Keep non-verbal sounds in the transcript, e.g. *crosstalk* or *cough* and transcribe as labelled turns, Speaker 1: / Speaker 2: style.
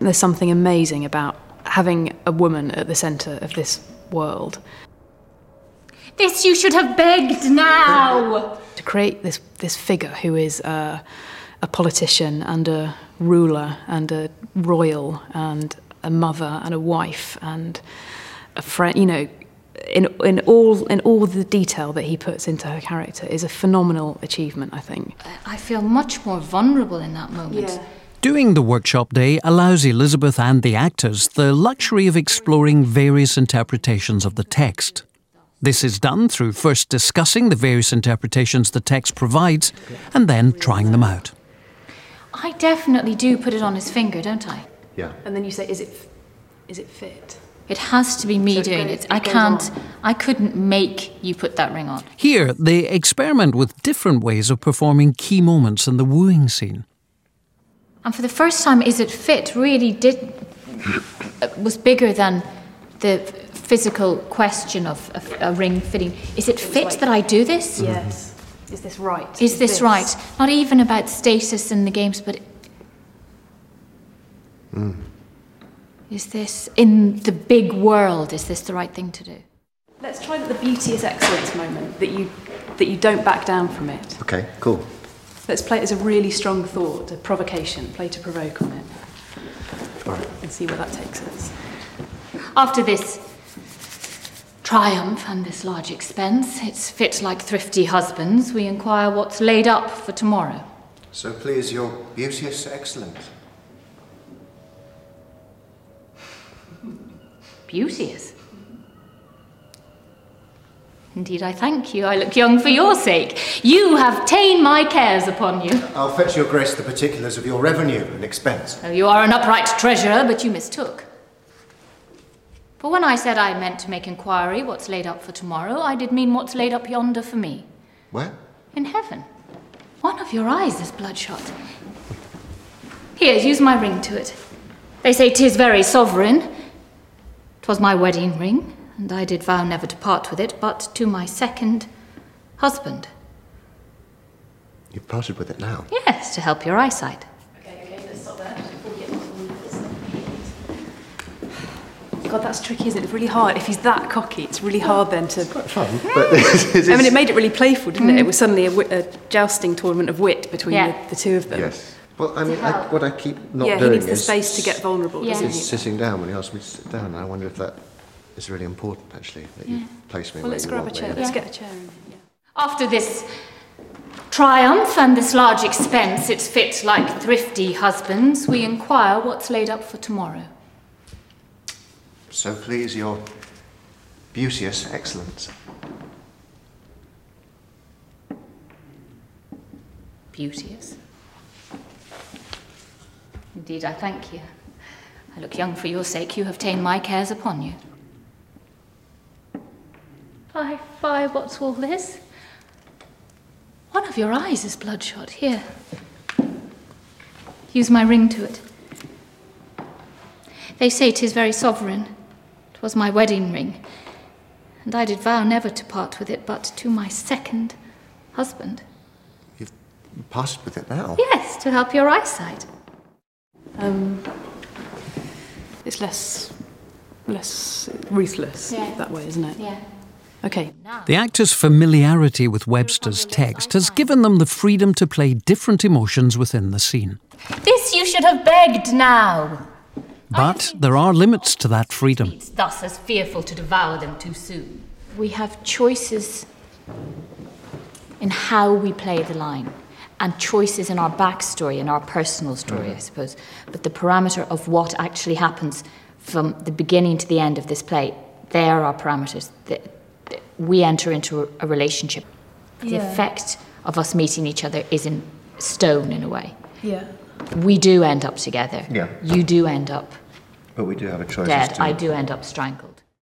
Speaker 1: There's something amazing about having a woman at the centre of this world.
Speaker 2: This you should have begged now!
Speaker 1: To create this, this figure who is uh, a politician and a ruler and a royal and a mother and a wife and a friend, you know, in, in, all, in all the detail that he puts into her character is a phenomenal achievement, I think.
Speaker 2: *laughs* I feel much more vulnerable in that moment. Yeah.
Speaker 3: Doing the workshop day allows Elizabeth and the actors the luxury of exploring various interpretations of the text. This is done through first discussing the various interpretations the text provides and then trying them out.
Speaker 2: I definitely do put it on his finger, don't I?
Speaker 4: Yeah.
Speaker 1: And then you say, is it, is it fit?
Speaker 2: It has to be me
Speaker 1: So it
Speaker 2: doing
Speaker 1: goes-
Speaker 2: it.
Speaker 1: it
Speaker 2: I
Speaker 1: goes
Speaker 2: can't.
Speaker 1: on.
Speaker 2: I couldn't make you put that ring on.
Speaker 3: Here, they experiment with different ways of performing key moments in the wooing scene.
Speaker 2: And for the first time, is it fit? Really did uh, was bigger than the physical question of, of a ring fitting. Is it fit that I do this?
Speaker 1: Yes. Is this right?
Speaker 2: Is this right? Not even about status in the games, but is this in the big world? Is this the right thing to do?
Speaker 1: Let's try the beauty is excellence moment that you that you don't back down from it.
Speaker 4: Okay, cool.
Speaker 1: Let's play it as a really strong thought, a provocation, play to provoke on it,
Speaker 4: All right.
Speaker 1: and see where that takes us.
Speaker 2: After this triumph and this large expense, it's fit like thrifty husbands, we inquire what's laid up for tomorrow.
Speaker 4: So please, your beauteous excellence.
Speaker 2: Beauteous. Indeed, I thank you. I look young for your sake. You have ta'en my cares upon you.
Speaker 4: I'll fetch your grace the particulars of your revenue and expense.
Speaker 2: Oh, you are an upright treasurer, but you mistook. For when I said I meant to make inquiry what's laid up for tomorrow, I did mean what's laid up yonder for me.
Speaker 4: Where?
Speaker 2: In heaven. One of your eyes is bloodshot. Here, use my ring to it. They say 'tis very sovereign. 'Twas my wedding ring, and I did vow never to part with it, but to my second husband.
Speaker 4: You've parted with
Speaker 1: *laughs*
Speaker 4: it now.
Speaker 2: Yes, to help your eyesight.
Speaker 1: God, that's tricky, isn't it? It's really hard. If he's that cocky, it's really hard then to.
Speaker 4: Fun, but *laughs* this Mm. is.
Speaker 1: I mean, it made it really playful, didn't it? It was suddenly a, wi- a jousting tournament of wit between
Speaker 2: Yeah.
Speaker 1: the, the two of them.
Speaker 4: Yes. Well, I mean, I, what I keep not
Speaker 1: yeah, he
Speaker 4: doing
Speaker 1: needs the
Speaker 4: is,
Speaker 1: space to get vulnerable,
Speaker 2: Yeah.
Speaker 1: doesn't
Speaker 4: is
Speaker 1: he?
Speaker 4: sitting down when he asks me to sit down. And I wonder if that is really important, actually, that you place me
Speaker 1: Well,
Speaker 4: where
Speaker 1: let's
Speaker 4: you
Speaker 1: grab a
Speaker 4: want me.
Speaker 1: chair. Let's get a chair. In.
Speaker 2: After this triumph and this large expense, it's fit like thrifty husbands, we inquire what's laid up for tomorrow.
Speaker 4: So please, your beauteous excellence.
Speaker 2: Beauteous. Indeed, I thank you. I look young for your sake, you have ta'en my cares upon you. Fie, fie, what's all this? One of your eyes is bloodshot. Here. Use my ring to it. They say 'tis very sovereign. 'Twas my wedding ring, and I did vow never to part with it but to my second husband.
Speaker 4: You've parted with it now.
Speaker 2: Yes, to help your eyesight.
Speaker 1: Um, it's less less ruthless
Speaker 2: Yeah.
Speaker 1: that way, isn't it?
Speaker 2: Yeah.
Speaker 1: Okay.
Speaker 3: The actors' familiarity with Webster's text has given them the freedom to play different emotions within the scene.
Speaker 2: This you should have begged now.
Speaker 3: But there are limits to that freedom.
Speaker 2: It's thus as fearful to devour them too soon. We have choices in how we play the line, and choices in our backstory, in our personal story, I suppose. But the parameter of what actually happens from the beginning to the end of this play, there are parameters. that that we enter into a- a relationship. The effect of us meeting each other is in stone, in a way.
Speaker 1: Yeah.
Speaker 2: we do end up together.
Speaker 4: Yeah.
Speaker 2: You do end up
Speaker 4: But we do have a choice. as
Speaker 2: dead.
Speaker 4: to-
Speaker 2: I do end up strangled.